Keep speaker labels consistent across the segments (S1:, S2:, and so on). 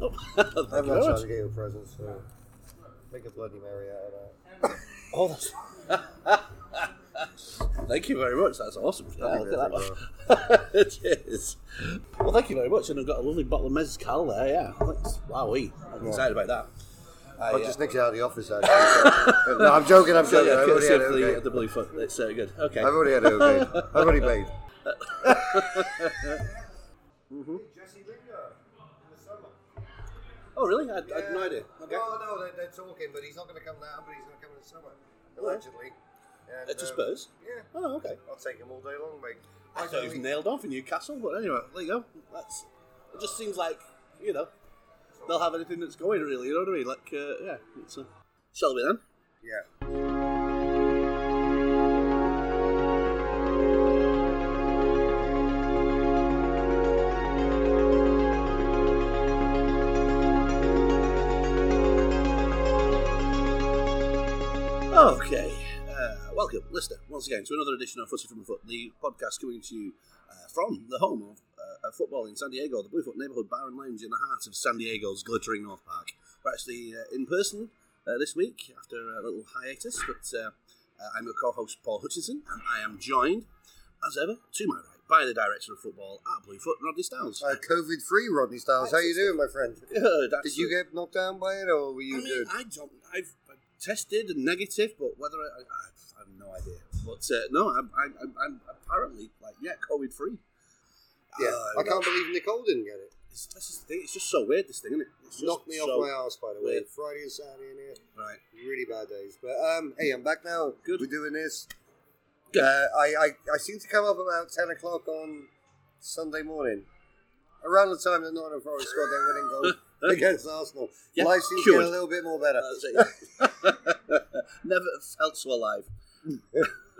S1: Nope.
S2: I'm
S1: Thank you
S2: not
S1: very
S2: trying
S1: much.
S2: to get you a present, so make a Bloody Mary out of that.
S1: Oh, that's... thank you very much. That's awesome. Yeah,
S2: That'd be
S1: look at
S2: really
S1: that one. Cheers. Well, thank you very much, and I've got a lovely bottle of mezcal there. Yeah, thanks. Wowee, I'm excited about that. I,
S2: I
S1: uh,
S2: just nicked you out of the office, actually. so- no, I'm joking, I'm
S1: so,
S2: joking.
S1: yeah,
S2: I've already
S1: courtesy
S2: had it
S1: of the,
S2: okay.
S1: the blue foot. It's uh, good. Okay.
S2: I've already had it okay. I've already paid.
S1: Mm-hmm. Oh, really? I, I had no idea. Okay.
S2: No, no, they're, they're talking, but he's not going to come now, but he's going to come in the summer, allegedly. And,
S1: Uh, to
S2: um,
S1: Spurs?
S2: Yeah.
S1: Oh, okay.
S2: I'll take him all day long, mate.
S1: I thought he was nailed on for Newcastle, but anyway, there you go. That's. It just seems like you know they'll have anything that's going really. You know what I mean? Like uh, yeah, it's a. Shall we then?
S2: Yeah.
S1: Okay, uh, welcome, listener, once again to another edition of Footy from the Foot, the podcast coming to you uh, from the home of, uh, of football in San Diego, the Bluefoot neighborhood bar and lounge in the heart of San Diego's glittering North Park. We're actually uh, in person uh, this week after a little hiatus, but uh, uh, I'm your co-host Paul Hutchinson, and I am joined, as ever, to my right by the director of football at Bluefoot, Rodney Styles.
S2: Uh, COVID free, Rodney Styles. How you doing, my friend?
S1: Good,
S2: Did you
S1: absolutely.
S2: get knocked down by it, or were
S1: I
S2: you
S1: mean,
S2: good?
S1: I don't. I've tested and negative, but whether I, I, I have no idea. But uh, no, I'm, I'm, I'm, I'm apparently like yeah, COVID free.
S2: yeah.
S1: Oh,
S2: I
S1: no.
S2: can't believe Nicole didn't get it.
S1: It's, that's just the thing. It's just so weird. This thing, isn't it? It's just
S2: Knocked me
S1: so-
S2: off my ass, by the way.
S1: weird.
S2: Friday and Saturday in here.
S1: Right.
S2: really bad days. But um, hey, I'm back now.
S1: Good.
S2: We're doing this.
S1: Good.
S2: Uh, I, I I seem to come up about ten o'clock on Sunday morning, around the time that Nottingham Forest scored their winning goal against Arsenal.
S1: Yeah,
S2: Life seems to
S1: cured.
S2: get a little bit more better.
S1: That's it. Never felt so alive.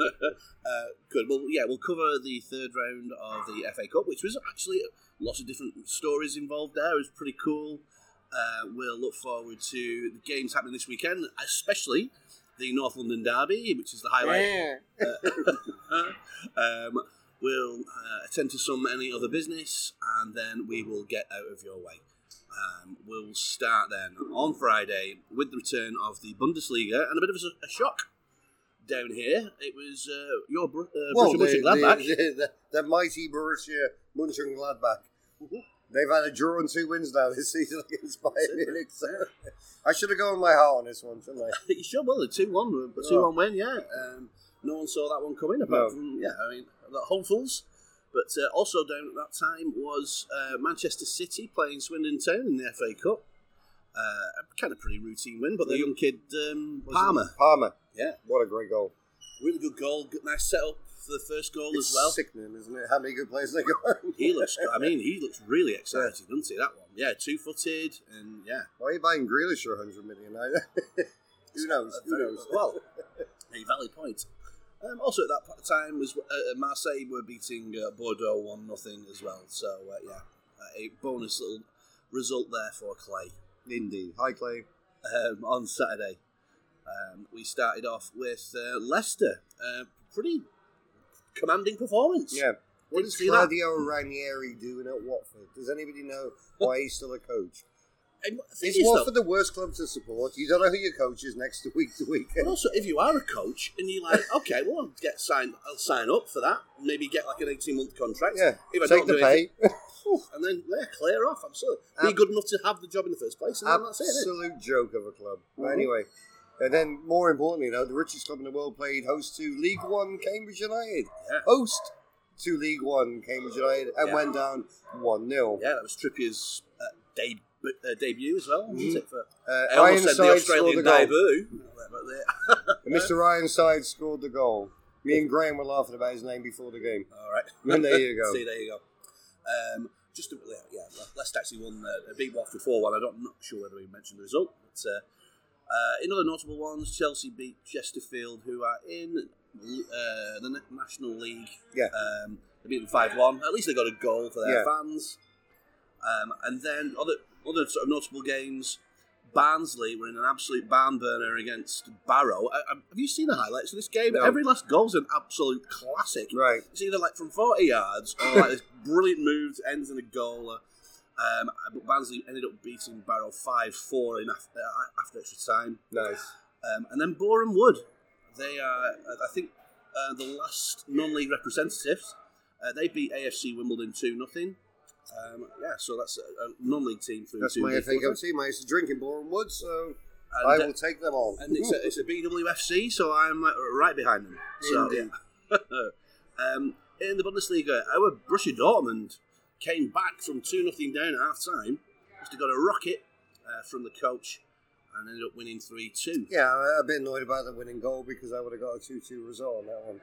S1: uh, good. Well, yeah, we'll cover the third round of the FA Cup, which was actually lots of different stories involved there. It was pretty cool. Uh, we'll look forward to the games happening this weekend, especially the North London Derby, which is the highlight.
S2: Yeah.
S1: um, we'll uh, attend to some any other business, and then we will get out of your way. Um, we'll start then on Friday with the return of the Bundesliga and a bit of a, s- a shock down here. It was uh, your Br- uh,
S2: Well,
S1: Borussia
S2: the,
S1: Mönchengladbach.
S2: the, the, the mighty Borussia Mönchengladbach.
S1: Mhm.
S2: They've had a draw and two wins now this season against Bayern
S1: it,
S2: Munich. So I should have gone my heart on this one, shouldn't I?
S1: you sure will. A 2 1 two one win, yeah. Um, no one saw that one coming, apart
S2: No.
S1: from, yeah, I mean, the hopefuls. But uh, also down at that time was uh, Manchester City playing Swindon Town in the FA Cup. Uh, a kind of pretty routine win, but the young kid um,
S2: Was it
S1: Palmer,
S2: Palmer.
S1: Yeah.
S2: What a great goal.
S1: really good goal, good, nice setup for the first goal
S2: It's
S1: as well.
S2: sickening, isn't it? How many good players they got?
S1: He looks, I mean, he looks really excited, doesn't he? That one, yeah, two footed, and yeah,
S2: Why are you buying Grealish for 100 million? I- Who knows? Who knows?
S1: Well, a valid point. Um, also, at that po- time was uh, Marseille were beating uh, Bordeaux one nothing as well. So uh, yeah, uh, a bonus little result there for Clay
S2: Indeed. Hi, Clay.
S1: um, on Saturday. Um, we started off with uh, Leicester, uh, pretty commanding performance.
S2: Yeah. What
S1: Didn't
S2: is
S1: see that.
S2: Claudio Ranieri doing at Watford? Does anybody know why he's still a coach?
S1: And the thing
S2: Is
S1: is, though,
S2: Watford the worst club to support? You don't know who your coach is next to week to week.
S1: But also, if you are a coach and you're like, okay, well, I'll get signed, I'll sign up for that. Maybe get like an eighteen month contract.
S2: Yeah.
S1: If I
S2: Take
S1: don't
S2: the
S1: do anything,
S2: pay.
S1: and then yeah, clear off. Absolutely,
S2: Ab-
S1: be good enough to have the job in the first place, and then that's it. innit?
S2: Absolute joke of a club. But
S1: Mhm.
S2: anyway. And then, more importantly, though, the richest club in the world played host to League One Cambridge United.
S1: Yeah.
S2: Host to League One Cambridge United and
S1: Yeah.
S2: went down 1 0.
S1: Yeah, that was Trippier's uh, de- uh, debut as well. wasn't
S2: Mhm.
S1: it, for-
S2: Uh,
S1: I almost said the
S2: Ironside scored
S1: Australian
S2: goal.
S1: debut. But uh, they-
S2: And Mr. Ironside scored the goal. Me and Graham were laughing about his name before the game.
S1: All right,
S2: And there you go.
S1: See, there you go. Um, just to, yeah, Le- Leicester actually won uh, beat Watford four one. I don't I'm not sure whether we mentioned the result, but uh, uh, in other notable ones, Chelsea beat Chesterfield, who are in uh, the Na- National League.
S2: Yeah.
S1: um, they beat them five one. At least they got a goal for their
S2: Yeah.
S1: fans. Um, and then other other sort of notable games. Barnsley were in an absolute barn burner against Barrow. I, I- have you seen the highlights of this game?
S2: No.
S1: Every last goal's an absolute classic.
S2: Right.
S1: It's either like from 40 yards or like this brilliant move ends in a goal. Um, but Barnsley ended up beating Barrow 5 4 in after, uh, after extra time.
S2: Nice.
S1: Um, and then Boreham Wood. They are, uh, I think, uh, the last non league representatives. Uh, they beat AFC Wimbledon 2 nothing. Um, yeah, so that's a, a non league team through
S2: That's
S1: to
S2: my
S1: the
S2: FA Cup
S1: quarters.
S2: team. I used to drink in Boreham Wood, so I
S1: And, uh,
S2: will take them on.
S1: and it's a, it's a BWFC, so I'm uh, right behind them. So,
S2: Indeed.
S1: yeah. um, in the Bundesliga, our Borussia Dortmund came back from 2 nothing down at half time. Must have got a rocket uh, from the coach and ended up winning 3 2.
S2: Yeah, I'm a bit annoyed about the winning goal because I would have got a 2 2 result on that one.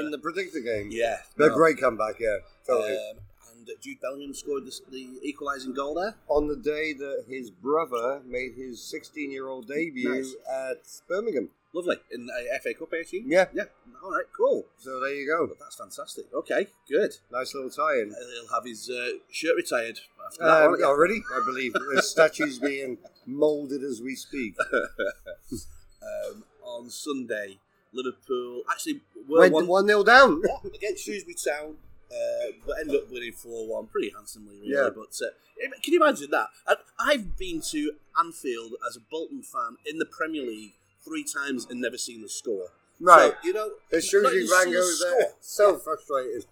S2: in the predictor game.
S1: Uh, Yeah.
S2: The
S1: no.
S2: great comeback, yeah. Totally.
S1: Um, and Jude Bellingham scored the, the equalising goal there.
S2: on the day that his brother made his 16 year old debut
S1: Nice.
S2: at Birmingham.
S1: Lovely. In the FA Cup, I assume?
S2: Yeah.
S1: Yeah. All right, cool.
S2: So there you go.
S1: But that's fantastic. Okay, good.
S2: Nice little tie in.
S1: Uh, he'll have his uh, shirt retired after that.
S2: Um,
S1: won't he?
S2: already, I believe the statue's being moulded as we speak.
S1: um, on Sunday, Liverpool actually were
S2: Went
S1: one,
S2: 1 0 down.
S1: against Shrewsbury Town, uh, but ended up winning four one pretty handsomely, really.
S2: Yeah.
S1: But uh, im- can you imagine that? I, I've been to Anfield as a Bolton fan in the Premier League three times and never seen the score.
S2: Right.
S1: So, you know,
S2: As soon
S1: not
S2: as you
S1: even
S2: rang
S1: seen the
S2: over there, so frustrated.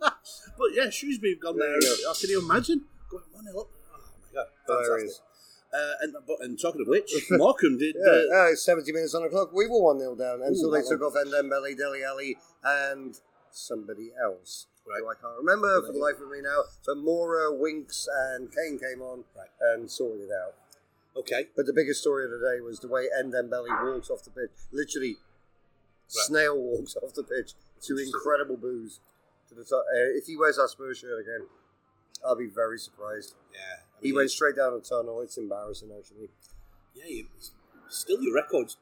S1: But yeah, Shrewsbury have gone
S2: There
S1: there.
S2: you go.
S1: Oh, Can you imagine going one 0 up? Oh my god,
S2: Hilarious.
S1: fantastic! Uh, and but and talking of which, Morecambe did.
S2: Yeah,
S1: Uh,
S2: uh, it's 70 minutes on the clock. We were 1 0 down until
S1: Ooh,
S2: they
S1: that
S2: took off and then Belly, Deli Alley, and somebody else.
S1: Right.
S2: Who I can't remember for the life of me now. But Mora, Winks, and Kane came on
S1: Right.
S2: and sorted it out.
S1: okay,
S2: But the biggest story of the day was the way Endembele walked off the pitch. Literally, snail walks off the pitch to
S1: Interesting.
S2: incredible booze. To the top. Uh, if he wears that Spurs shirt again, I'll be very surprised.
S1: yeah, I
S2: He
S1: mean,
S2: went straight down the tunnel. It's embarrassing, actually.
S1: Yeah, you, still your records.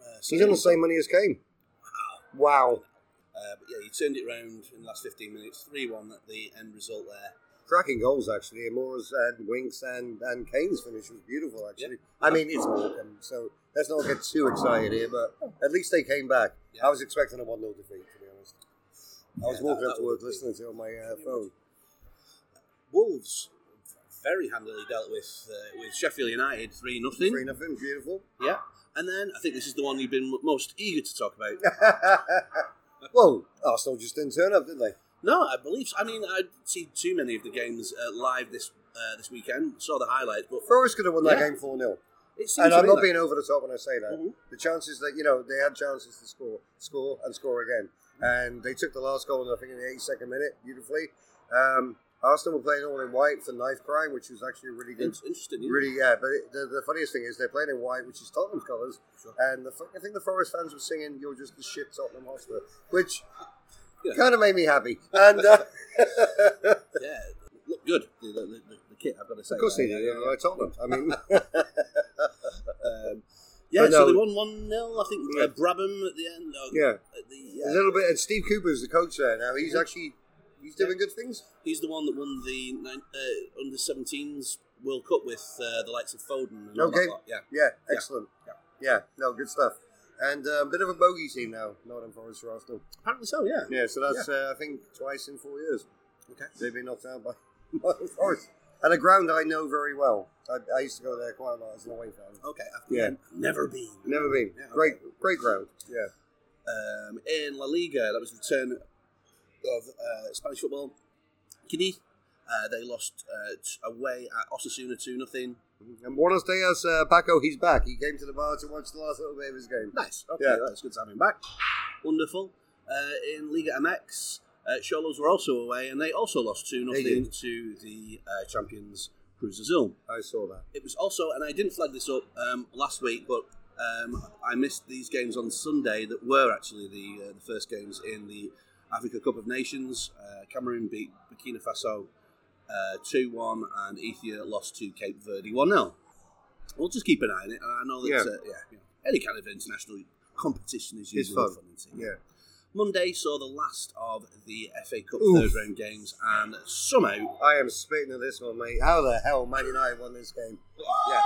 S1: Uh,
S2: He's on the same money as Kane. Wow.
S1: Uh, but yeah, you turned it round in the last 15 minutes, 3 1 at the end result there.
S2: Cracking goals, actually. And Moore's and Winks and, and Kane's finish was beautiful, actually. I mean, it's Morecambe, so let's not get too excited here, but at least they came back.
S1: Yeah.
S2: I was expecting a 1 0 defeat, to be honest. I was
S1: Yeah,
S2: walking
S1: that-
S2: up
S1: that
S2: to
S1: would
S2: work
S1: be-
S2: listening to it on my uh,
S1: Yeah,
S2: phone.
S1: Wolves very handily dealt with uh, with Sheffield United 3
S2: Three
S1: 0.
S2: nothing, beautiful.
S1: Yeah. And then I think this is the one you've been m- most eager to talk about.
S2: well, Arsenal just didn't turn up, did they?
S1: No, I believe so. I mean, I'd seen too many of the games uh, live this uh, this weekend, saw the highlights, but
S2: Forest could have won that
S1: Yeah.
S2: game 4 0.
S1: it seems
S2: And
S1: to
S2: I'm
S1: me
S2: not
S1: that-
S2: being over the top when I say that.
S1: Mhm.
S2: The chances that, you know, they had chances to score, score, and score again.
S1: Mm-hmm.
S2: And they took the last goal, I think, in the 82nd minute, beautifully. Um, Arsenal were playing all in white for knife crime, which was actually really good.
S1: It's interesting. isn't it?
S2: Really, yeah. But it, the, the funniest thing is they're playing in white, which is Tottenham's colours.
S1: Sure.
S2: And the, fu- I think the Forest fans were singing, You're just the shit Tottenham Hotspur, which
S1: Yeah.
S2: kind of made me happy. And. Uh,
S1: Yeah, looked good. The, the, the, the kit, I've got to say.
S2: Of course they
S1: Yeah,
S2: did.
S1: yeah, yeah.
S2: I told them. I mean,
S1: Um, yeah,
S2: But
S1: so
S2: no-
S1: they won 1 0, I think.
S2: Yeah.
S1: Uh, Brabham at the end. Oh,
S2: yeah,
S1: at the,
S2: a
S1: uh,
S2: little bit. And Steve Cooper's the coach there now. He's actually he's doing good things.
S1: he's the one that won the nine, uh, under 17s World Cup with uh, the likes of Foden. And all
S2: Okay.
S1: that lot. Yeah.
S2: Yeah,
S1: Yeah.
S2: excellent.
S1: Yeah.
S2: Yeah, no, good stuff. And uh, a bit of a bogey team now, Nottingham Forest for Arsenal.
S1: Apparently so. Yeah.
S2: Yeah, so that's uh, I think twice in four years
S1: Okay.
S2: they've been knocked out by Nottingham Forest, and a ground I know very well. I, I used to go there quite a lot as an away fan.
S1: Okay. I've
S2: Yeah.
S1: never been.
S2: Never been
S1: Yeah, okay.
S2: great, great ground. Yeah,
S1: Um, in La Liga, that was the return of uh, Spanish football. Kiddy. Uh, they lost uh, t- away at Osasuna 2 nothing.
S2: and Buenos Dias, uh, Paco. He's back. He came to the bar to watch the last little bit of his game.
S1: Nice. Okay,
S2: Yeah.
S1: that's good to have him back. Wonderful. Uh, in Liga MX, uh, Cholos were also away, and they also lost 2
S2: They
S1: nothing to the uh, champions Cruz Azul.
S2: I saw that.
S1: It was also, and I didn't flag this up um, last week, but um, I missed these games on Sunday that were actually the, uh, the first games in the Africa Cup of Nations. Uh, Cameroon beat Burkina Faso uh, two one, and Ethiopia lost to Cape Verde one 0 We'll just keep an eye on it, and I know that
S2: Yeah.
S1: Uh, yeah, you know, any kind of international competition is usually
S2: fun.
S1: isn't it?
S2: Yeah.
S1: Monday saw the last of the FA Cup
S2: Oof.
S1: third round games, and somehow
S2: I am spitting at this one, mate. How the hell Man United won this game? Yeah.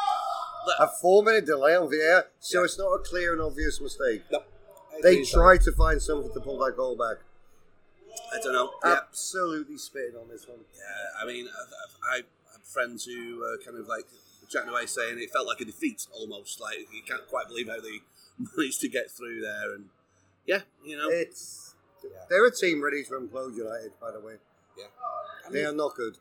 S1: Look.
S2: A four minute delay on VAR, so
S1: Yeah.
S2: it's not a clear and obvious mistake.
S1: No,
S2: They tried to find something to pull that goal back.
S1: I don't know. Yeah,
S2: Absolutely spitting on this one.
S1: yeah I mean, I've, I've, I have friends who uh, kind of like chatting away saying it felt like a defeat almost. Like you can't quite believe how they managed to get through there. And yeah, you know,
S2: It's they're a team ready to implode United, by the way.
S1: I,
S2: They
S1: mean,
S2: are not good.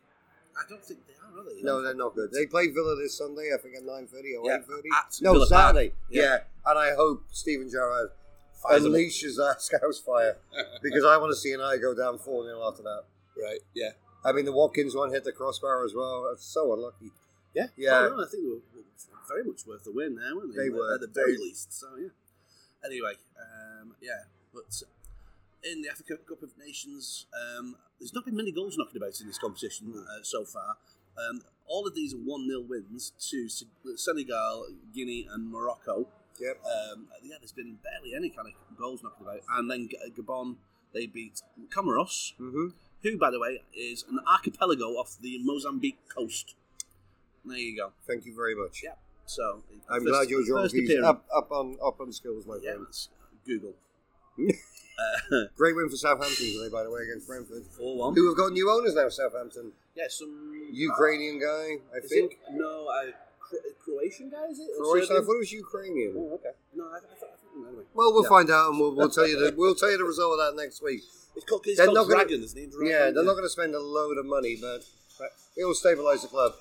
S1: I don't think they are really.
S2: No, they're not good. They play Villa this Sunday, I think at nine thirty or
S1: Yeah,
S2: eight thirty.
S1: at
S2: No,
S1: Villa Park.
S2: Saturday.
S1: Yeah.
S2: Yeah. and I hope Stephen Gerrard
S1: Fires them.
S2: unleashes that scouse fire because I want to see United go down four 0 after that.
S1: right? Yeah,
S2: I mean, the Watkins one hit the crossbar as well. That's so unlucky.
S1: yeah,
S2: Yeah.
S1: Oh, no, I think they were very much worth the win there, weren't they?
S2: They were.
S1: at the very
S2: They-
S1: least. So yeah. Anyway, um, yeah, but in the Africa Cup of Nations, um, there's not been many goals knocking about in this competition uh, so far. Um, all of these are one 0 wins to S- Senegal, Guinea, and Morocco.
S2: Yep.
S1: Um, yeah, there's been barely any kind of goals knocking about, and then G- Gabon they beat Comoros,
S2: Mm-hmm.
S1: who, by the way, is an archipelago off the Mozambique coast. There you go.
S2: Thank you very much.
S1: Yeah. So
S2: I'm
S1: first-
S2: glad you're
S1: first
S2: Georgie's
S1: appearance.
S2: up, up on up on skills, my
S1: Yeah,
S2: friend.
S1: that's Google. uh,
S2: Great win for Southampton today, by the way, against Brentford.
S1: four one.
S2: Who have got new owners now? Southampton,
S1: Yeah, some
S2: Ukrainian guy, I
S1: Is
S2: think.
S1: it- no, I, Cro- uh, Croatian guy is it? Or
S2: Croatian. I
S1: Serbian?
S2: thought it was Ukrainian.
S1: Oh, okay. No, I, I, thought- I think anyway.
S2: Well, we'll
S1: Yeah.
S2: find out, and we'll, we'll tell you the we'll tell you the result of that next week.
S1: It's called, it's
S2: They're
S1: called
S2: not gonna-
S1: Dragon, isn't it? Dragon,
S2: Yeah, they're not going to spend a load of money, but, but it will stabilise the club.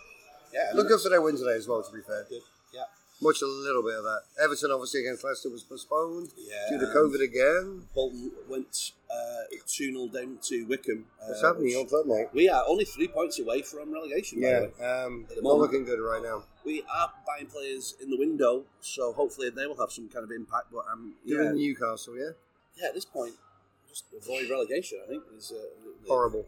S1: Yeah,
S2: Look up for their win today as well. To be fair,
S1: Good. Yeah.
S2: watch a little bit of that. Everton obviously against Leicester was postponed
S1: Yeah.
S2: due to COVID again.
S1: Bolton went uh, 2 0 down to Wickham. Uh,
S2: What's happening?
S1: which-
S2: Your club, mate.
S1: We are only three points away from relegation, by the
S2: Yeah,
S1: way.
S2: um,
S1: At the
S2: not
S1: moment.
S2: looking good right now.
S1: We are buying players in the window, so hopefully they will have some kind of impact. But um,
S2: You're
S1: yeah,
S2: in Newcastle, yeah.
S1: yeah, at this point, just avoid relegation. I think is uh, the- the-
S2: Horrible.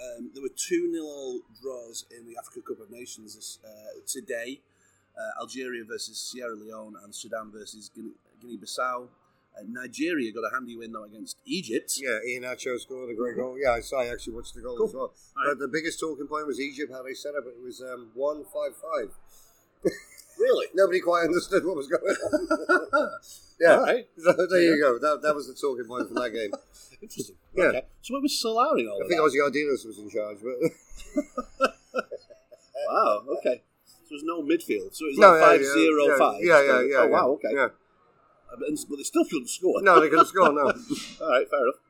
S1: Um, there were two nil draws in the Africa Cup of Nations this, uh, today. Uh, Algeria versus Sierra Leone and Sudan versus Guinea- Guinea-Bissau. Uh, Nigeria got a handy win though against Egypt.
S2: Yeah, Ian Acho scored a great goal. Yeah, I saw. I actually watched the goal
S1: Cool.
S2: as well.
S1: Alright.
S2: But the biggest talking point was Egypt. How they set up. It was um, one five five.
S1: Really?
S2: Nobody quite understood what was going on. yeah.
S1: All right.
S2: So there you go. That, that was the talking point from that game.
S1: Interesting.
S2: Yeah.
S1: Okay. So where was Solari in all
S2: I
S1: of
S2: think
S1: that?
S2: Ozzy Ardiles was in charge, but
S1: Wow. Okay. So there's no midfield. So it's
S2: no,
S1: like
S2: yeah,
S1: five
S2: yeah,
S1: zero
S2: yeah,
S1: five.
S2: Yeah, yeah, yeah.
S1: Oh
S2: yeah.
S1: wow. Okay.
S2: Yeah.
S1: Uh, But but they still couldn't score.
S2: No, they couldn't score. No.
S1: All right, fair enough.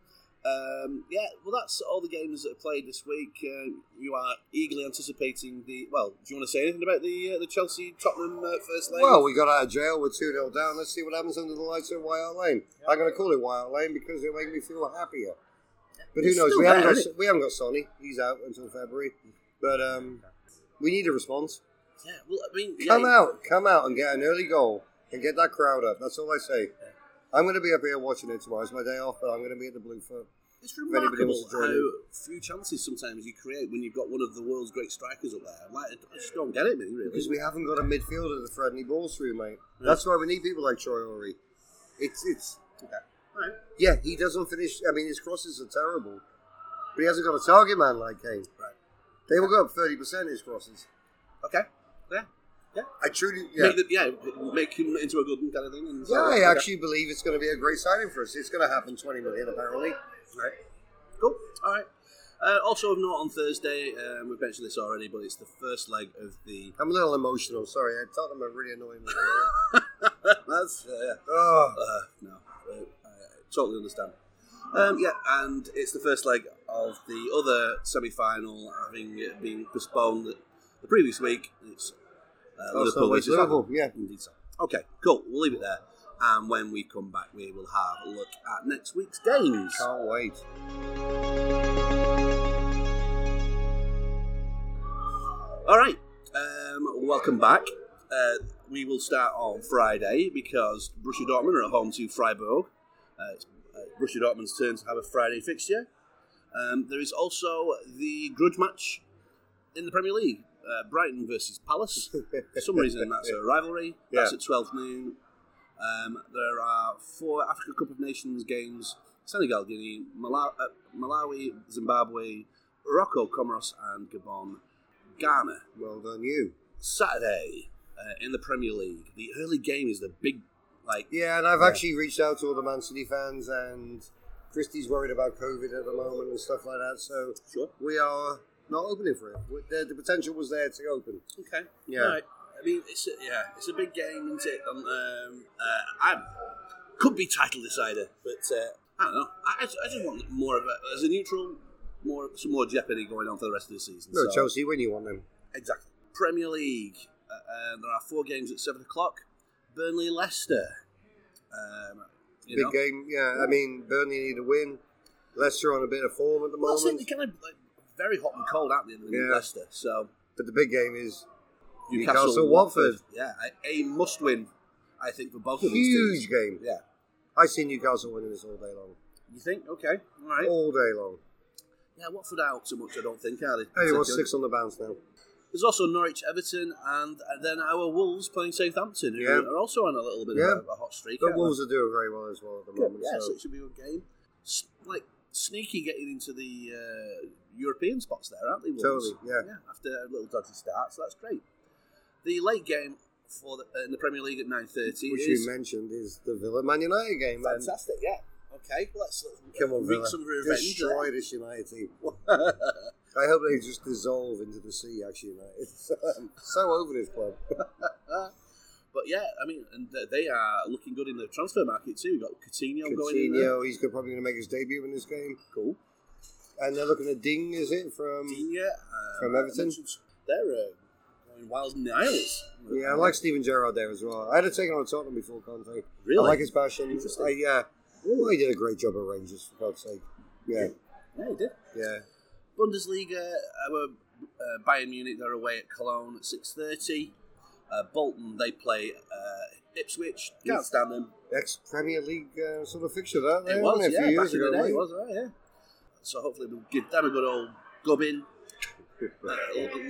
S1: Um, yeah, well, that's all the games that are played this week. Um you are eagerly anticipating the. Well, do you want to say anything about the uh, the Chelsea Tottenham uh, first leg?
S2: Well, we got out of jail. We're two 0 down. Let's see what happens under the lights of White Hart Lane. I'm going to call it White Hart Lane because it'll make me feel happier. But who
S1: It's
S2: knows?
S1: still
S2: We haven't,
S1: there,
S2: got,
S1: isn't
S2: we haven't got Sonny. He's out until February. But um, we need a response.
S1: yeah, well, I mean, yeah,
S2: Come out, come out, and get an early goal and get that crowd up. That's all I say. I'm going to be up here watching it tomorrow. It's my day off, but I'm going to be at the Bluefoot.
S1: It's
S2: anybody
S1: remarkable
S2: wants to
S1: how
S2: join
S1: few chances sometimes you create when you've got one of the world's great strikers up there. Like, I just don't get it, man. Really,
S2: Because we haven't got a midfielder to threaten any balls through, mate. That's why we need people like Troy Ori. It's it's
S1: Right.
S2: yeah, he doesn't finish I mean his crosses are terrible. But he hasn't got a target man like Kane.
S1: Right.
S2: They will go up thirty percent his crosses.
S1: Okay.
S2: I
S1: Yeah.
S2: truly yeah.
S1: Make, the, yeah, make him into a good kind of thing. And
S2: Yeah,
S1: Okay.
S2: I actually believe it's gonna be a great signing for us. It's gonna happen twenty million apparently.
S1: Right. Cool. All right. Uh, also of note on Thursday, um, we've mentioned this already, but it's the first leg of the.
S2: I'm a little emotional, sorry. I thought them are really annoying me.
S1: That's uh,
S2: oh,
S1: Uh, no, uh, I, I totally understand. Um, yeah, and it's the first leg of the other semi-final, having uh, been postponed the previous week. It's uh,
S2: oh,
S1: Liverpool
S2: so it's
S1: versus
S2: Liverpool, yeah.
S1: Arsenal. Indeed so. Okay, cool. We'll leave it there, and when we come back, we will have a look at next week's games.
S2: Can't wait.
S1: All right. Um, welcome back. Uh, we will start on Friday because Borussia Dortmund are at home to Freiburg. Uh, it's uh, Borussia Dortmund's turn to have a Friday fixture. Um, there is also the grudge match in the Premier League. Uh, Brighton versus Palace. For some reason, that's a rivalry. That's
S2: Yeah.
S1: at 12 noon. Um, there are four Africa Cup of Nations games Senegal, Guinea, Malawi, uh, Malawi Zimbabwe, Morocco, Comoros, and Gabon, Ghana.
S2: Well done you.
S1: Saturday uh, in the Premier League. The early game is the big, like,
S2: Yeah, and I've
S1: Yeah.
S2: actually reached out to all the Man City fans and Christie's worried about COVID at the moment and stuff like that. So
S1: Sure.
S2: we are not opening for it. We- The, the potential was there to open.
S1: Okay.
S2: Yeah.
S1: All right. I mean, it's a, yeah, it's a big game, isn't it? Um, um, uh, I'm could be title decider, but uh, I don't know. I, I just- I just want more of a as a neutral, more some more jeopardy going on for the rest of the season.
S2: No,
S1: so-
S2: Chelsea when you want them.
S1: Exactly. Premier League. Uh, uh, there are four games at seven o'clock. Burnley, Leicester. Um, you
S2: Big
S1: know.
S2: game. Yeah, I mean, Burnley need a win. Leicester on a bit of form at the
S1: Well, I think
S2: moment.
S1: they're kind of like, very hot and cold, aren't they? in
S2: Yeah.
S1: Leicester. So
S2: But the big game is
S1: Newcastle,
S2: Newcastle,
S1: Watford.
S2: Watford.
S1: Yeah, a, a must-win, I think, for both of these teams.
S2: huge game.
S1: Yeah.
S2: I see Newcastle winning this all day long.
S1: You think? Okay. All right.
S2: All day long.
S1: Yeah, Watford out so much, I don't think, are they?
S2: Hey, what's six on the bounce now?
S1: There's also Norwich, Everton, and then our Wolves playing Southampton, who
S2: Yeah.
S1: are also on a little bit
S2: Yeah.
S1: of a, a hot streak.
S2: But
S1: aren't they?
S2: Wolves are doing very well as well at the
S1: Good,
S2: moment.
S1: yeah, so
S2: so.
S1: it should be a good game. S- like, sneaky getting into the uh, European spots there, aren't they, Wolves?
S2: Totally, yeah.
S1: After a little dodgy start, so that's great. The late game for the, uh, in the Premier League at 9.30
S2: Which
S1: is
S2: you mentioned is the Villa Man United game. man.
S1: fantastic, yeah. Okay, let's uh,
S2: Come on,
S1: wreak
S2: Villa.
S1: some revenge.
S2: Destroy this United team.
S1: there.
S2: I hope they just dissolve into the sea, actually, United. I'm so over this club.
S1: But yeah, I mean, and th- they are looking good in the transfer market too. We've got Coutinho, going in there.
S2: Coutinho, he's go- probably going to make his debut in this game.
S1: Cool.
S2: And they're looking at Ding, is it, from...
S1: Coutinho, uh,
S2: Mm. From Everton.
S1: mentioned- They're uh, going wild in the isles.
S2: Yeah, I like Steven Gerrard there as well. I'd have taken on Tottenham before Conte.
S1: Really?
S2: I like his passion.
S1: Interesting.
S2: I, yeah. Well, he did a great job at Rangers, for God's sake. Yeah,
S1: Yeah, he did.
S2: yeah.
S1: Bundesliga, our uh, Bayern Munich, they're away at Cologne at six thirty. Uh, Bolton, they play uh, Ipswich. Can't
S2: Yes.
S1: stand them.
S2: Ex-Premier League uh, sort of fixture, that.
S1: It
S2: there,
S1: was,
S2: wasn't it,
S1: yeah,
S2: a few years
S1: back in
S2: ago,
S1: the day,
S2: right?
S1: it was, right, yeah. So hopefully we'll give them a good old gubbin. Uh,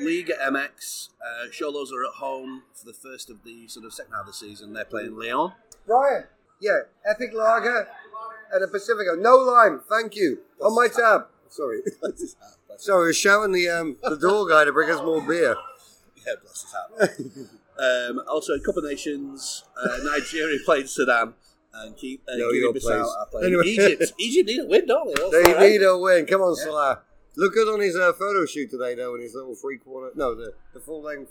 S1: League at MX. Uh, Cholos are at home for the first of the sort of second half of the season. They're playing Leon.
S2: Brian. Yeah, epic lager and a Pacifico. No lime, thank you. On my tab. Sorry.
S1: Bless his heart. bless his-
S2: Sorry, we're shouting the um, the door guy to bring us more beer.
S1: Yeah, bless his heart. um, also, in Cup of Nations, uh, Nigeria played Sudan. And keep, uh,
S2: No, he
S1: Guinea
S2: don't play.
S1: Bissau are playing
S2: Anyway.
S1: Egypt. Egypt need a win, don't they? That's
S2: They
S1: all right.
S2: need a win. Come on, Salah. Look good on his uh, photo shoot today, though, in his little three quarter. No, the, the full length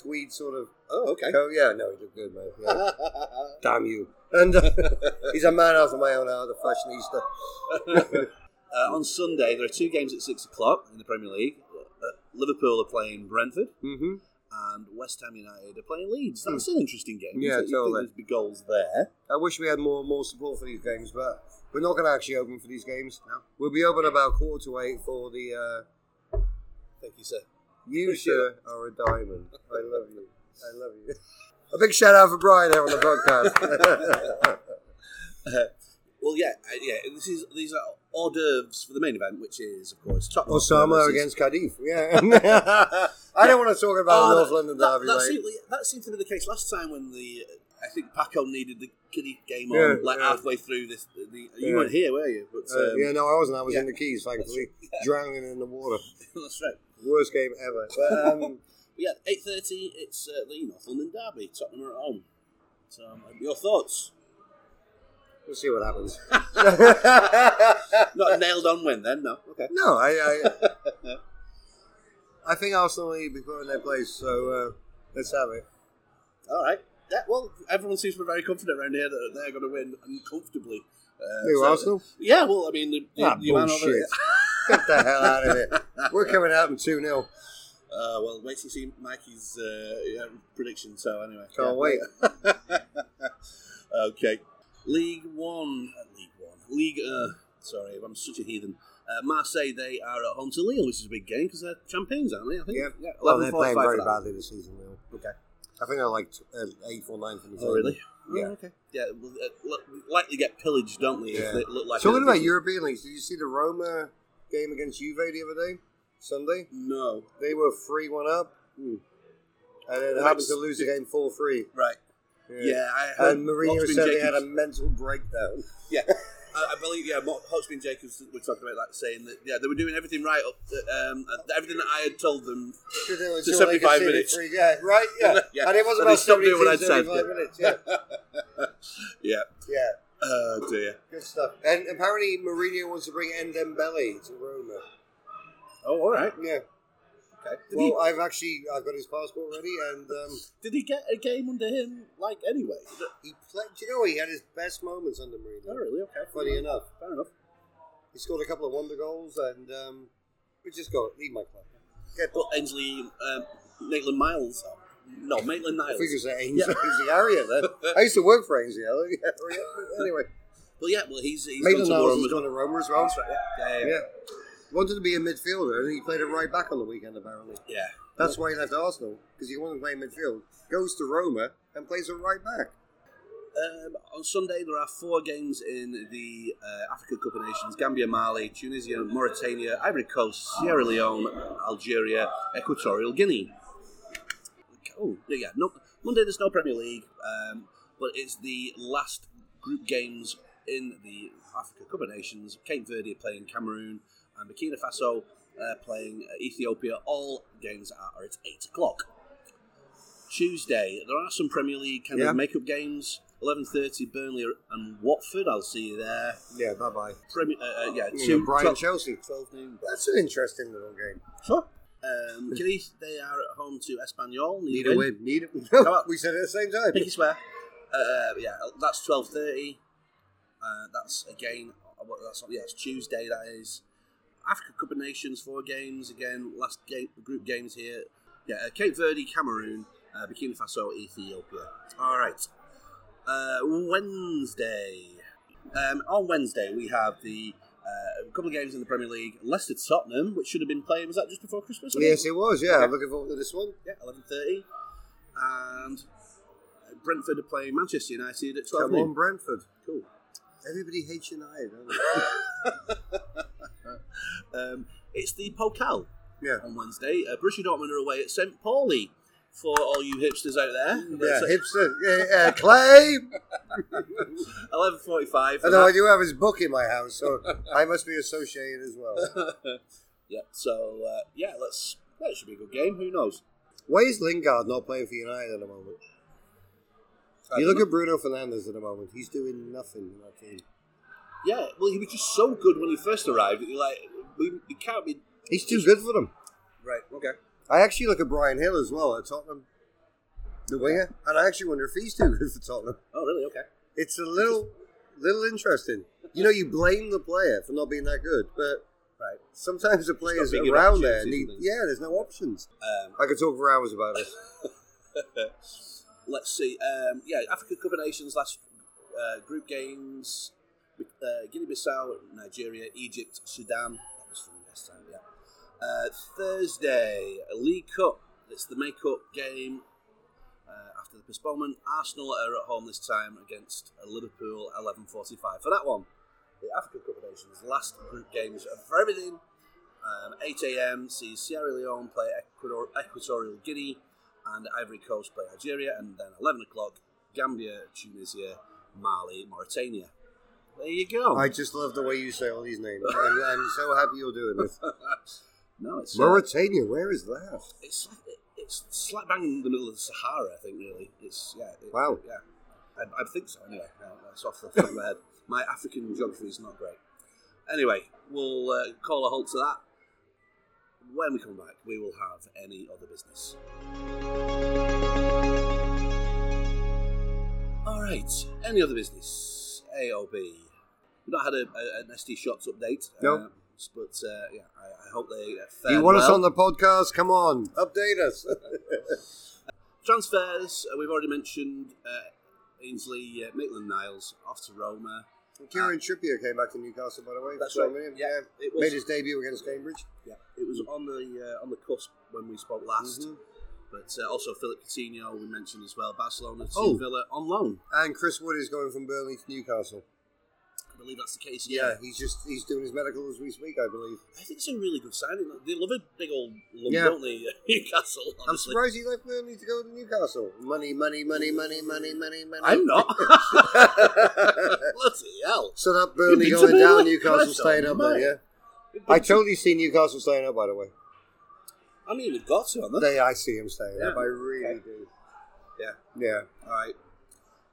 S2: tweed sort of.
S1: Oh, okay. Uh,
S2: Oh, yeah, no, he looked good, man. Yeah. Damn you. And uh, he's a man after my own heart, the fashionista.
S1: Uh, on Sunday, there are two games at six o'clock in the Premier League. Uh, Liverpool are playing Brentford,
S2: Mm-hmm.
S1: and West Ham United are playing Leeds. That's an interesting game.
S2: Hmm. Yeah,
S1: so you
S2: totally.
S1: Think there's big goals there.
S2: I wish we had more more support for these games, but we're not going to actually open for these games.
S1: No.
S2: We'll be open about quarter to eight for the. Uh,
S1: Thank you, sir.
S2: you sir are a diamond. I love you. I love you. A big shout out for Brian there on the podcast.
S1: Well, yeah, uh, yeah. This is these are hors d'oeuvres for the main event, which is, of course, Tottenham
S2: Osama
S1: versus-
S2: against Cadiff. Yeah. I don't want to talk about
S1: Oh,
S2: North
S1: that-
S2: London
S1: That,
S2: derby,
S1: that
S2: mate.
S1: seemed, that seemed to be the case last time when the I think Paco needed the kiddie game on
S2: Yeah,
S1: like
S2: yeah.
S1: halfway through this. The, you
S2: Yeah.
S1: weren't here, were you? But
S2: Uh,
S1: um,
S2: yeah, no, I wasn't. I was
S1: yeah.
S2: in the Keys, thankfully, drowning in the water.
S1: that's right.
S2: Worst game ever. But, um,
S1: But yeah, eight thirty. It's uh, the North London derby. Tottenham are at home. So, um, your thoughts?
S2: we'll see what happens. Uh,
S1: Not a nailed on win then. No. Okay.
S2: No, I, I, I think Arsenal need to be put in their place. So uh, let's have it.
S1: All right. Yeah, well, everyone seems to be very confident around here that they're going to win and comfortably. Uh,
S2: Who
S1: so-
S2: Arsenal?
S1: Yeah, well, I mean, the, the,
S2: Ah,
S1: the man over
S2: bullshit. Get the hell out of it. We're coming out in two 0
S1: Uh, well, wait till you see Mikey's uh, yeah, prediction. So anyway,
S2: Can't
S1: Yeah.
S2: wait.
S1: okay, League One, uh, League One, League. Uh, sorry, I'm such a heathen. Uh, Marseille, they are at home to Lille, which is a big game because they're champions, aren't they? I think.
S2: Yeah.
S1: yeah.
S2: Well, they're playing
S1: 11.45
S2: very
S1: for that.
S2: badly this season. Now.
S1: Okay.
S2: I think they're like t- uh, eighth or ninth. in the
S1: Oh, really?
S2: Yeah.
S1: Oh, okay. Yeah. Well, uh, li- likely get pillaged, don't they?
S2: Yeah.
S1: If they look like
S2: Talking
S1: a-
S2: about European leagues, did you see the Roma game against Juve the other day? Sunday,
S1: No.
S2: they were three one up,
S1: Hmm.
S2: and it
S1: Like
S2: happened to lose the game four three.
S1: Right. Yeah. I heard
S2: And Mourinho
S1: Hodgson
S2: said they
S1: Jacobs-
S2: had a mental breakdown.
S1: Yeah, I, I believe. Yeah, Mo- Hotspur and Jacobs were talking about that, saying that yeah they were doing everything right up, um, everything that I had told them.
S2: to do
S1: To
S2: until they could
S1: 75
S2: see the
S1: minutes.
S2: Free, yeah, right. Yeah.
S1: Yeah.
S2: and it was
S1: And they
S2: about
S1: stopped
S2: seventy
S1: doing what
S2: two,
S1: I'd said,
S2: seventy five minutes. Yeah,
S1: Yeah,
S2: yeah.
S1: Oh dear.
S2: Good stuff. And apparently Mourinho wants to bring Ndembele to Roma.
S1: Oh, all right.
S2: Yeah.
S1: Okay. uh, Did,
S2: Well, I've actually I've got his passport ready, and um,
S1: he, did he get a game under him? Like anyway? Is it-
S2: he played. Do you know he had his best moments under Mourinho?
S1: Oh, really? Okay.
S2: Funny enough,
S1: Fair enough.
S2: he scored a couple of wonder goals, and um, we just got leave my club. Get
S1: But Ainsley, um, Maitland Miles, no Maitland
S2: I
S1: Niles.
S2: think it was Ainsley
S1: Yeah.
S2: Ainsley Area then. I used to work for Ainsley Area. anyway,
S1: But yeah, well he's he's
S2: Maitland
S1: gone to Rome
S2: Niles has
S1: as well.
S2: gone to Roma as well.
S1: That's right. Yeah, yeah, yeah.
S2: Yeah. Wanted to be a midfielder, and he played it right back on the weekend. Apparently,
S1: yeah.
S2: that's why he left Arsenal because he wanted to play midfield. Goes to Roma and plays it right back.
S1: Um, on Sunday, there are four games in the uh, Africa Cup of Nations Gambia, Mali, Tunisia, Mauritania, Ivory Coast, Sierra Leone, Algeria, Equatorial Guinea. Oh, yeah, yeah. No, Monday, there's no Premier League, um, but it's the last group games in the Africa Cup of Nations. Cape Verde are playing Cameroon, and Burkina Faso uh, playing uh, Ethiopia. All games are, are at 8 o'clock. Tuesday, there are some Premier League kind
S2: Yeah.
S1: of makeup games. 11.30, Burnley and Watford, I'll see you there.
S2: Yeah, bye bye.
S1: Premier, uh, uh, yeah,
S2: Yeah,
S1: two,
S2: Brighton
S1: 12
S2: Chelsea.
S1: 12 noon.
S2: That's an interesting little game.
S1: Um, Greece, they are at home to Espanyol. Need,
S2: Need
S1: a
S2: a
S1: win.
S2: win. Need a win.
S1: Come on.
S2: we said it at the same
S1: I think you
S2: time.
S1: swear. Uh, yeah, that's twelve thirty. Uh, that's again. uh, what- That's yeah. It's Tuesday. That is Africa Cup of Nations. Four games again. Last game group games here. Yeah, uh, Cape Verde, Cameroon, uh, Burkina Faso, Ethiopia. All right. Uh, Wednesday. Um, on Wednesday we have the. Uh, a couple of games in the Premier League. Leicester Tottenham, which should have been played, was that just before Christmas? I think?
S2: Yes, it was. Yeah,
S1: Okay.
S2: I'm looking forward to this one.
S1: Yeah, eleven thirty, and uh, Brentford are playing Manchester United at twelve
S2: Come
S1: noon.
S2: on, Brentford.
S1: Cool.
S2: Everybody hates United. Don't they?
S1: Um, it's the Pokal
S2: yeah.
S1: on Wednesday. Uh, Borussia Dortmund are away at St Pauli for all you hipsters out there.
S2: Yeah, hipster. Yeah, yeah, Clay.
S1: Eleven forty-five.
S2: Although I do have his book in my house, so I must be associated as well.
S1: yeah. So uh, yeah, let's. That should be a good game. Who knows?
S2: Why is Lingard not playing for United at the moment? You look at Bruno Fernandes at the moment. He's doing nothing in that team.
S1: Yeah. Well, he was just so good when he first arrived. that You're like, we, we can't be
S2: He's too good for them.
S1: right. Okay.
S2: I actually look at Brian Hill as well at Tottenham, the winger, and I actually wonder if he's too good for Tottenham.
S1: Oh, really? Okay.
S2: It's a little, little interesting. You know, you blame the player for not being that good, but
S1: Right.
S2: sometimes the players
S1: big enough
S2: around there
S1: options,
S2: need.
S1: isn't there?
S2: Yeah, there's no options.
S1: Um,
S2: I could talk for hours about this.
S1: Let's see. Um, yeah, Africa Cup of Nations last uh, group games: uh, Guinea-Bissau, Nigeria, Egypt, Sudan. That was from last time. Yeah. Uh, Thursday, League Cup. It's the make-up game uh, after the postponement. Arsenal are at home this time against Liverpool. Eleven forty-five for that one. The Africa Cup of Nations last group games for everything. Um, 8 a.m. sees Sierra Leone play Ecuador, Equatorial Guinea and Ivory Coast play Algeria, and then 11 o'clock, Gambia, Tunisia, Mali, Mauritania. There you go.
S2: I just love the way you say all these names. I'm, I'm so happy you're doing this.
S1: no, it's, uh,
S2: Mauritania, where is that?
S1: it's it's slap bang in the middle of the Sahara, I think, really. It's, yeah. it-
S2: Wow.
S1: Yeah. I, I think so, anyway. No, that's off the top of my head. My African geography is not great. Anyway, we'll uh, call a halt to that. When we come back, we will have any other business. All right. Any other business? AOB. We've not had a, a, an SD Shots update.
S2: No.
S1: uh, but uh, yeah, I, I hope they uh, fared
S2: You want us
S1: well.
S2: on the podcast? Come on, update us.
S1: Transfers, uh, we've already mentioned uh, Ainsley, uh, Maitland Niles, off to Roma.
S2: Kieran Trippier came back to Newcastle, by the way.
S1: That's
S2: So,
S1: right.
S2: William,
S1: Yeah, it was,
S2: Made his debut against Cambridge.
S1: yeah, it was on the uh, on the cusp when we spoke last.
S2: Mhm.
S1: But uh, also Philip Coutinho, we mentioned as well. Barcelona to
S2: Oh.
S1: Villa on loan.
S2: And Chris Wood is going from Burnley to Newcastle.
S1: I believe that's the case.
S2: Yeah, he's just he's doing his medical as we speak, I believe.
S1: I think it's a really good signing. They love a big old lump,
S2: Yeah.
S1: don't they? Newcastle.
S2: I'm
S1: Honestly.
S2: surprised he left Burnley to go to Newcastle. Money, money, money, money, money, money, money.
S1: I'm not. Bloody hell!
S2: so that Burnley
S1: been to
S2: going down,
S1: Burnley?
S2: Newcastle
S1: Christ
S2: staying up there.
S1: almighty.
S2: Yeah, I totally see Newcastle staying up. By the way,
S1: I mean, we've got to on that.
S2: they I see him staying up.
S1: Yeah.
S2: I really do.
S1: Yeah.
S2: Yeah.
S1: All right.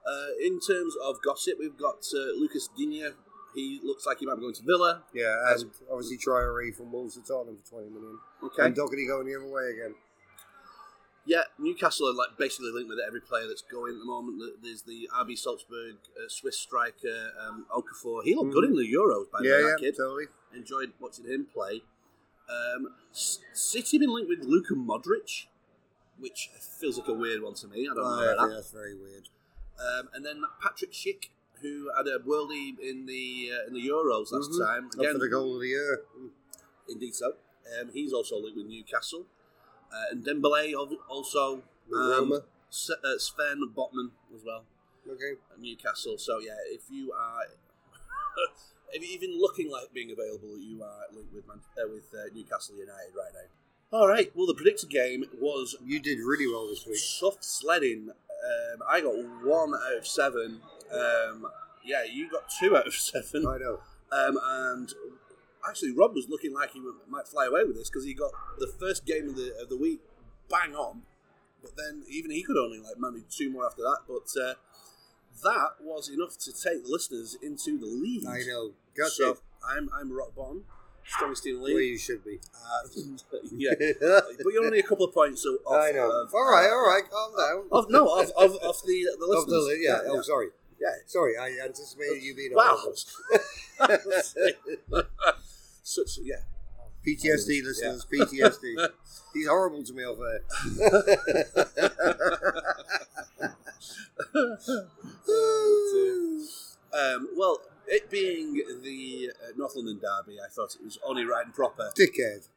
S1: Uh, in terms of gossip, we've got uh, Lucas Digne. He looks like he might be going to Villa.
S2: Yeah, and obviously Traore from Wolves to Tottenham for 20 million.
S1: Okay.
S2: And Doherty going the other way again.
S1: uh, yeah, Newcastle are like basically linked with every player that's going at the moment. There- There's the RB Salzburg uh, Swiss striker um, Okafor. He looked good in the Euros, by the
S2: Hmm. yeah,
S1: way.
S2: yeah,
S1: that kid.
S2: totally.
S1: Enjoyed watching him play. Um, S- City been linked with Luka Modric, which feels like a weird one to me. I don't know
S2: Oh, Yeah,
S1: about that.
S2: that's very weird.
S1: Um, and then that Patrick Schick, who had a worldie in the uh, in the Euros last
S2: Mhm.
S1: time.
S2: Up for the goal of the year.
S1: Indeed so. Um, he's also linked with Newcastle. Uh, and Dembele al- also.
S2: With
S1: um,
S2: Roma.
S1: S- uh, Sven Botman as well
S2: Okay.
S1: at Newcastle. So yeah, if you are if you're even looking like being available, you are linked with Man- uh, with uh, Newcastle United right now. All right. Well, the predicted game was
S2: You did really well this week.
S1: soft sledding. Um, I got one out of seven. Um, yeah, you got two out of seven.
S2: I know.
S1: Um, and actually, Rob was looking like he would- might fly away with this because he got the first game of the of the week bang on, but then even he could only like manage two more after that. But uh, that was enough to take the listeners into the lead.
S2: I know. Got
S1: so I'm I'm rock bottom, strongest team in the
S2: Where
S1: league.
S2: you should be.
S1: Uh, yeah, but you're only a couple of points so off.
S2: I know.
S1: Of,
S2: all right, all right, calm down.
S1: Of, no, of, of, of the uh, the listeners.
S2: Of the li- yeah, Oh, sorry.
S1: Yeah.
S2: Sorry, I anticipated you being.
S1: Wow.
S2: awful.
S1: Such yeah.
S2: PTSD
S1: Yeah.
S2: listeners, PTSD. He's horrible to me over
S1: Oh, dear. um, well, it being the uh, North London derby, I thought it was only right and proper
S2: there. Dickhead.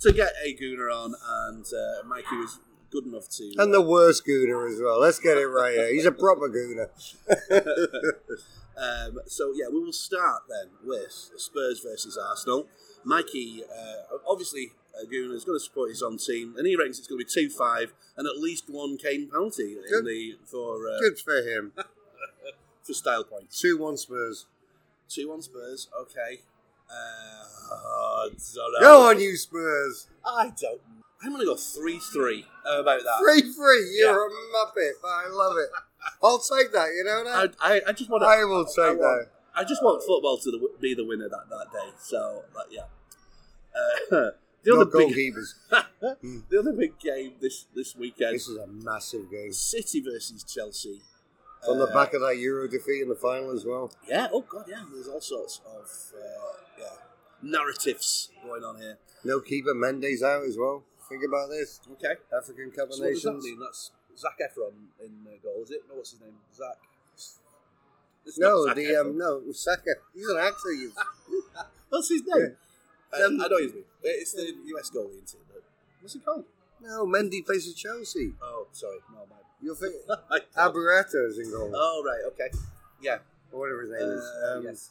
S1: to get a Gooner on, and uh, Mikey was good enough to.
S2: And the worst gooner as well. Let's get it right here. He's a proper gooner.
S1: um, so yeah, we will start then with Spurs versus Arsenal. Mikey, uh, obviously, uh, Gooner is going to support his own team, and he reckons it's going to be two five and at least one Kane penalty in
S2: Good.
S1: the for uh,
S2: Good for him.
S1: for style points.
S2: 2 1 Spurs.
S1: Two on Spurs. Okay. Uh, I don't know.
S2: Go on, you Spurs.
S1: I don't. I'm gonna go three three about that.
S2: Free, free. You're a muppet, but I love it. I'll take that, you know
S1: I,
S2: that?
S1: I, I just want.
S2: I will take
S1: want-
S2: that.
S1: I just want football to the, be the winner that, that day. So but yeah. Uh, the
S2: Not
S1: other big
S2: goalkeepers.
S1: the other big game this this weekend.
S2: This is a massive game.
S1: City versus Chelsea.
S2: On the
S1: Uh,
S2: back of that Euro defeat in the final as well.
S1: Yeah. Oh god. Yeah. There's all sorts of uh, yeah narratives going on here.
S2: No keeper Mendes out as well. Think about this.
S1: Okay.
S2: African Cup of
S1: So what does
S2: Nations.
S1: that mean? That's Zach Efron in the goal, is it? No, what's his name? Zach. It's
S2: No,
S1: not Zac
S2: the
S1: Efron.
S2: um, no Saka. He's an actor. You.
S1: What's his name? Uh, I know his name. It's the US goalie, isn't it? But What's he called?
S2: No, Mendy plays for Chelsea.
S1: Oh, sorry, no,
S2: You're thinking
S1: my.
S2: Aberrato is in goal
S1: oh right, okay. Yeah.
S2: or whatever his name is.
S1: Uh,
S2: Um,
S1: yes.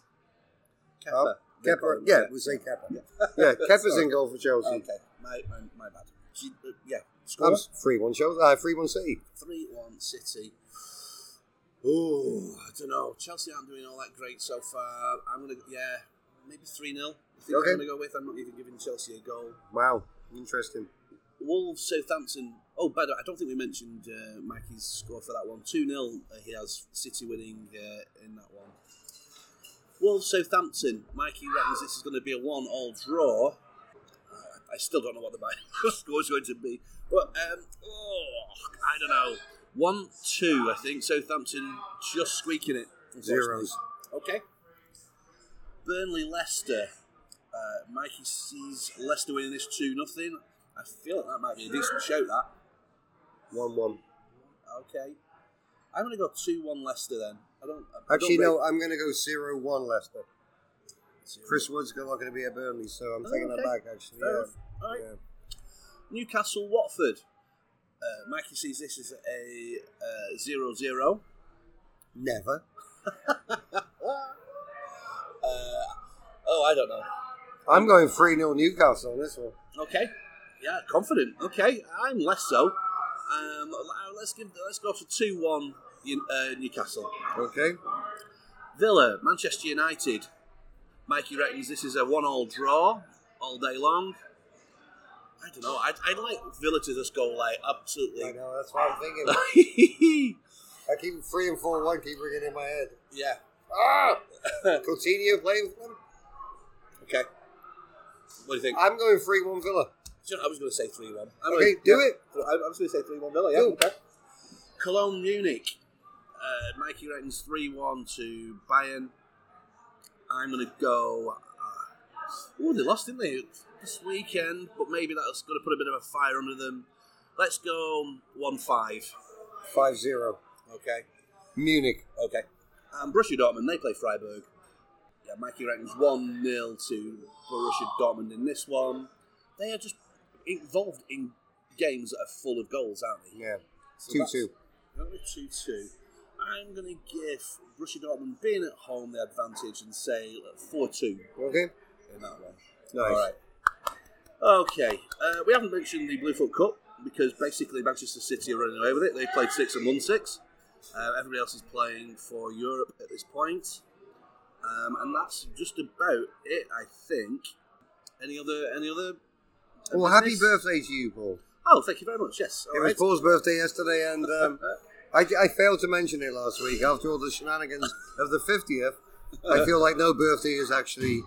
S2: Kepper.
S1: Kepper.
S2: Kepper. Yeah, we say Kepper. Yeah, Kepper's in goal for Chelsea.
S1: Okay, my, my, my bad. She, uh, yeah,
S2: I'm
S1: scores
S2: s- three one Chelsea. Uh, three one City.
S1: three one City. Oh, I don't know. Chelsea aren't doing all that great so far. I'm gonna yeah, maybe three 0 I think
S2: Okay.
S1: I'm gonna go with. I'm not even giving Chelsea a goal.
S2: Wow, interesting.
S1: Wolves, Southampton. Oh, by the way, I don't think we mentioned uh, Mackie's score for that one. 2 0, uh, he has City winning uh, in that one. Wolves, Southampton. Mikey reckons this is going to be a 1 all draw. Uh, I still don't know what the final score is going to be. But, um, oh, I don't know. 1 2, I think. Southampton just squeaking it. unfortunately.
S2: Zeros.
S1: Okay. Burnley Leicester. Uh, Mikey sees Leicester winning this 2 nothing. I feel like that might be a decent shout, that.
S2: One one.
S1: Okay. I'm going to go 2 1 Leicester then. I don't. I
S2: Actually,
S1: don't
S2: no. I'm going to go zero one Leicester.
S1: rate-
S2: Chris Wood's not going to be at Burnley, so I'm
S1: Oh,
S2: taking
S1: okay.
S2: that back. Actually,
S1: Fair
S2: yeah.
S1: enough. All right.
S2: Yeah.
S1: Newcastle Watford. Uh, Mikey sees this as a uh, 0 0.
S2: Never.
S1: Uh, oh, I don't know.
S2: I'm going 3 0 Newcastle on this one.
S1: Okay. Yeah, confident. Okay, I'm less so. Um, let's give. Let's go for two one. Uh, Newcastle,
S2: Okay.
S1: Villa, Manchester United. Mikey reckons this is a one all draw all day long. I don't know. I'd, I'd like Villa to just go like
S2: I
S1: absolutely.
S2: know, that's what I'm thinking. I keep three and four one, keep ringing in my head.
S1: yeah.
S2: Ah! Coutinho playing for them?
S1: Okay. What do you think?
S2: I'm going 3 1 Villa.
S1: Do you know, I was going to say 3 1.
S2: Okay, do it.
S1: I, I was going to say 3 1 Villa, yeah.
S2: Cool.
S1: Okay. Cologne Munich. Uh, Mikey Ratings 3 1 to Bayern. I'm going to go. Uh, oh, they lost, didn't they? This weekend, but maybe that's going to put a bit of a fire under them. Let's go 1 5.
S2: 5 0.
S1: Okay.
S2: Munich.
S1: Okay. And Borussia Dortmund, they play Freiburg. Yeah, Mikey reckons 1 0 to Borussia Dortmund in this one. They are just involved in games that are full of goals, aren't they?
S2: Yeah.
S1: So
S2: 2
S1: that's-
S2: 2.
S1: Only 2 2. I'm going to give Borussia Dortmund being at home the advantage and say 4 2
S2: Okay?
S1: in that one.
S2: Nice.
S1: All right. Okay, uh, we haven't mentioned the Bluefoot Cup because basically Manchester City are running away with it. They played six and won six. Uh, everybody else is playing for Europe at this point, um, and that's just about it, I think. Any other? Any other? uh,
S2: Well, happy
S1: business?
S2: birthday to you, Paul.
S1: Oh, thank you very much. Yes, all
S2: It
S1: right. uh,
S2: was Paul's birthday yesterday, and um, I, I failed to mention it last week. After all the shenanigans of the 50th, I feel like no birthday is actually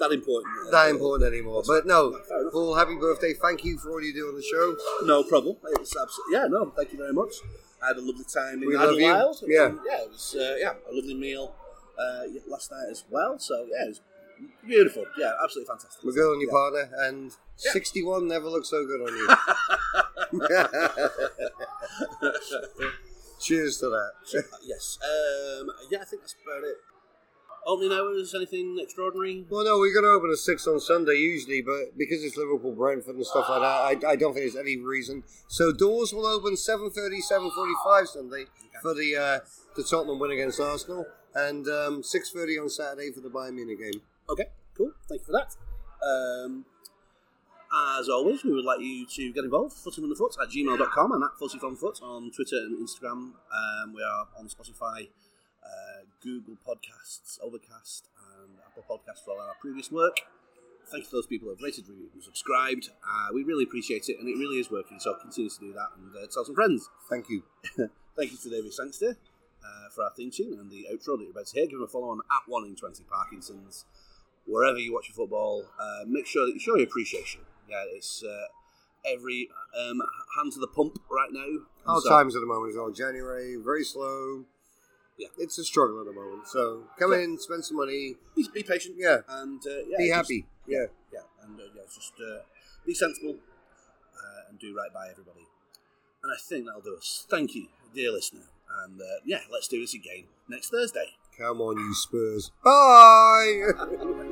S1: that important. uh,
S2: that important anymore. But no,
S1: Fair enough.
S2: Paul, happy birthday. Thank you for all you do on the show.
S1: No problem. It's absolutely yeah. No, thank you very much. I had a lovely time in
S2: We love you.
S1: Idlewild.
S2: Yeah.
S1: Um, yeah. It was uh, yeah a lovely meal uh, yeah, last night as well. So yeah, it was beautiful. Yeah, absolutely fantastic.
S2: My girl and your
S1: Yeah.
S2: partner, and 61 never looked so good on you. Cheers to that.
S1: yes. Um, yeah, I think that's about it. Opening hours? Anything extraordinary?
S2: Well, no, we're going to open at six on Sunday usually, but because it's Liverpool, Brentford, and stuff like that, I, I don't think there's any reason. So doors will open 7.30, 7.45 Sunday for the uh, the Tottenham win against Arsenal, and um, 6.30 on Saturday for the Bayern Munich game.
S1: Okay, cool. Thank you for that. Um, as always, we would like you to get involved. Footy from the Foot at gmail.com and at Footy from Foot on Twitter and Instagram. Um, we are on Spotify, uh, Google Podcasts, Overcast, and Apple Podcasts for all our previous work. Thank you to those people who have rated, reviewed, and subscribed. Uh, we really appreciate it, and it really is working, so continue to do that and uh, tell some friends.
S2: Thank you.
S1: Thank you to David Sangster uh, for our theme tune and the outro that you're about to hear. Give him a follow on at one in twenty Parkinson's. Wherever you watch your football, uh, make sure that you show your appreciation. Yeah, it's uh, every um, hand to the pump right now. And
S2: Hard
S1: so-
S2: times at the moment as well. January, very slow.
S1: Yeah.
S2: It's a struggle at the moment. So come in, spend some money,
S1: Be, be patient.
S2: Yeah.
S1: and uh, yeah,
S2: be
S1: just-
S2: happy. yeah.
S1: yeah, and uh, yeah, just uh, be sensible uh, and do right by everybody. And I think that'll do us. Thank you, dear listener. And uh, yeah, let's do this again next Thursday.
S2: Come on, you Spurs. Bye.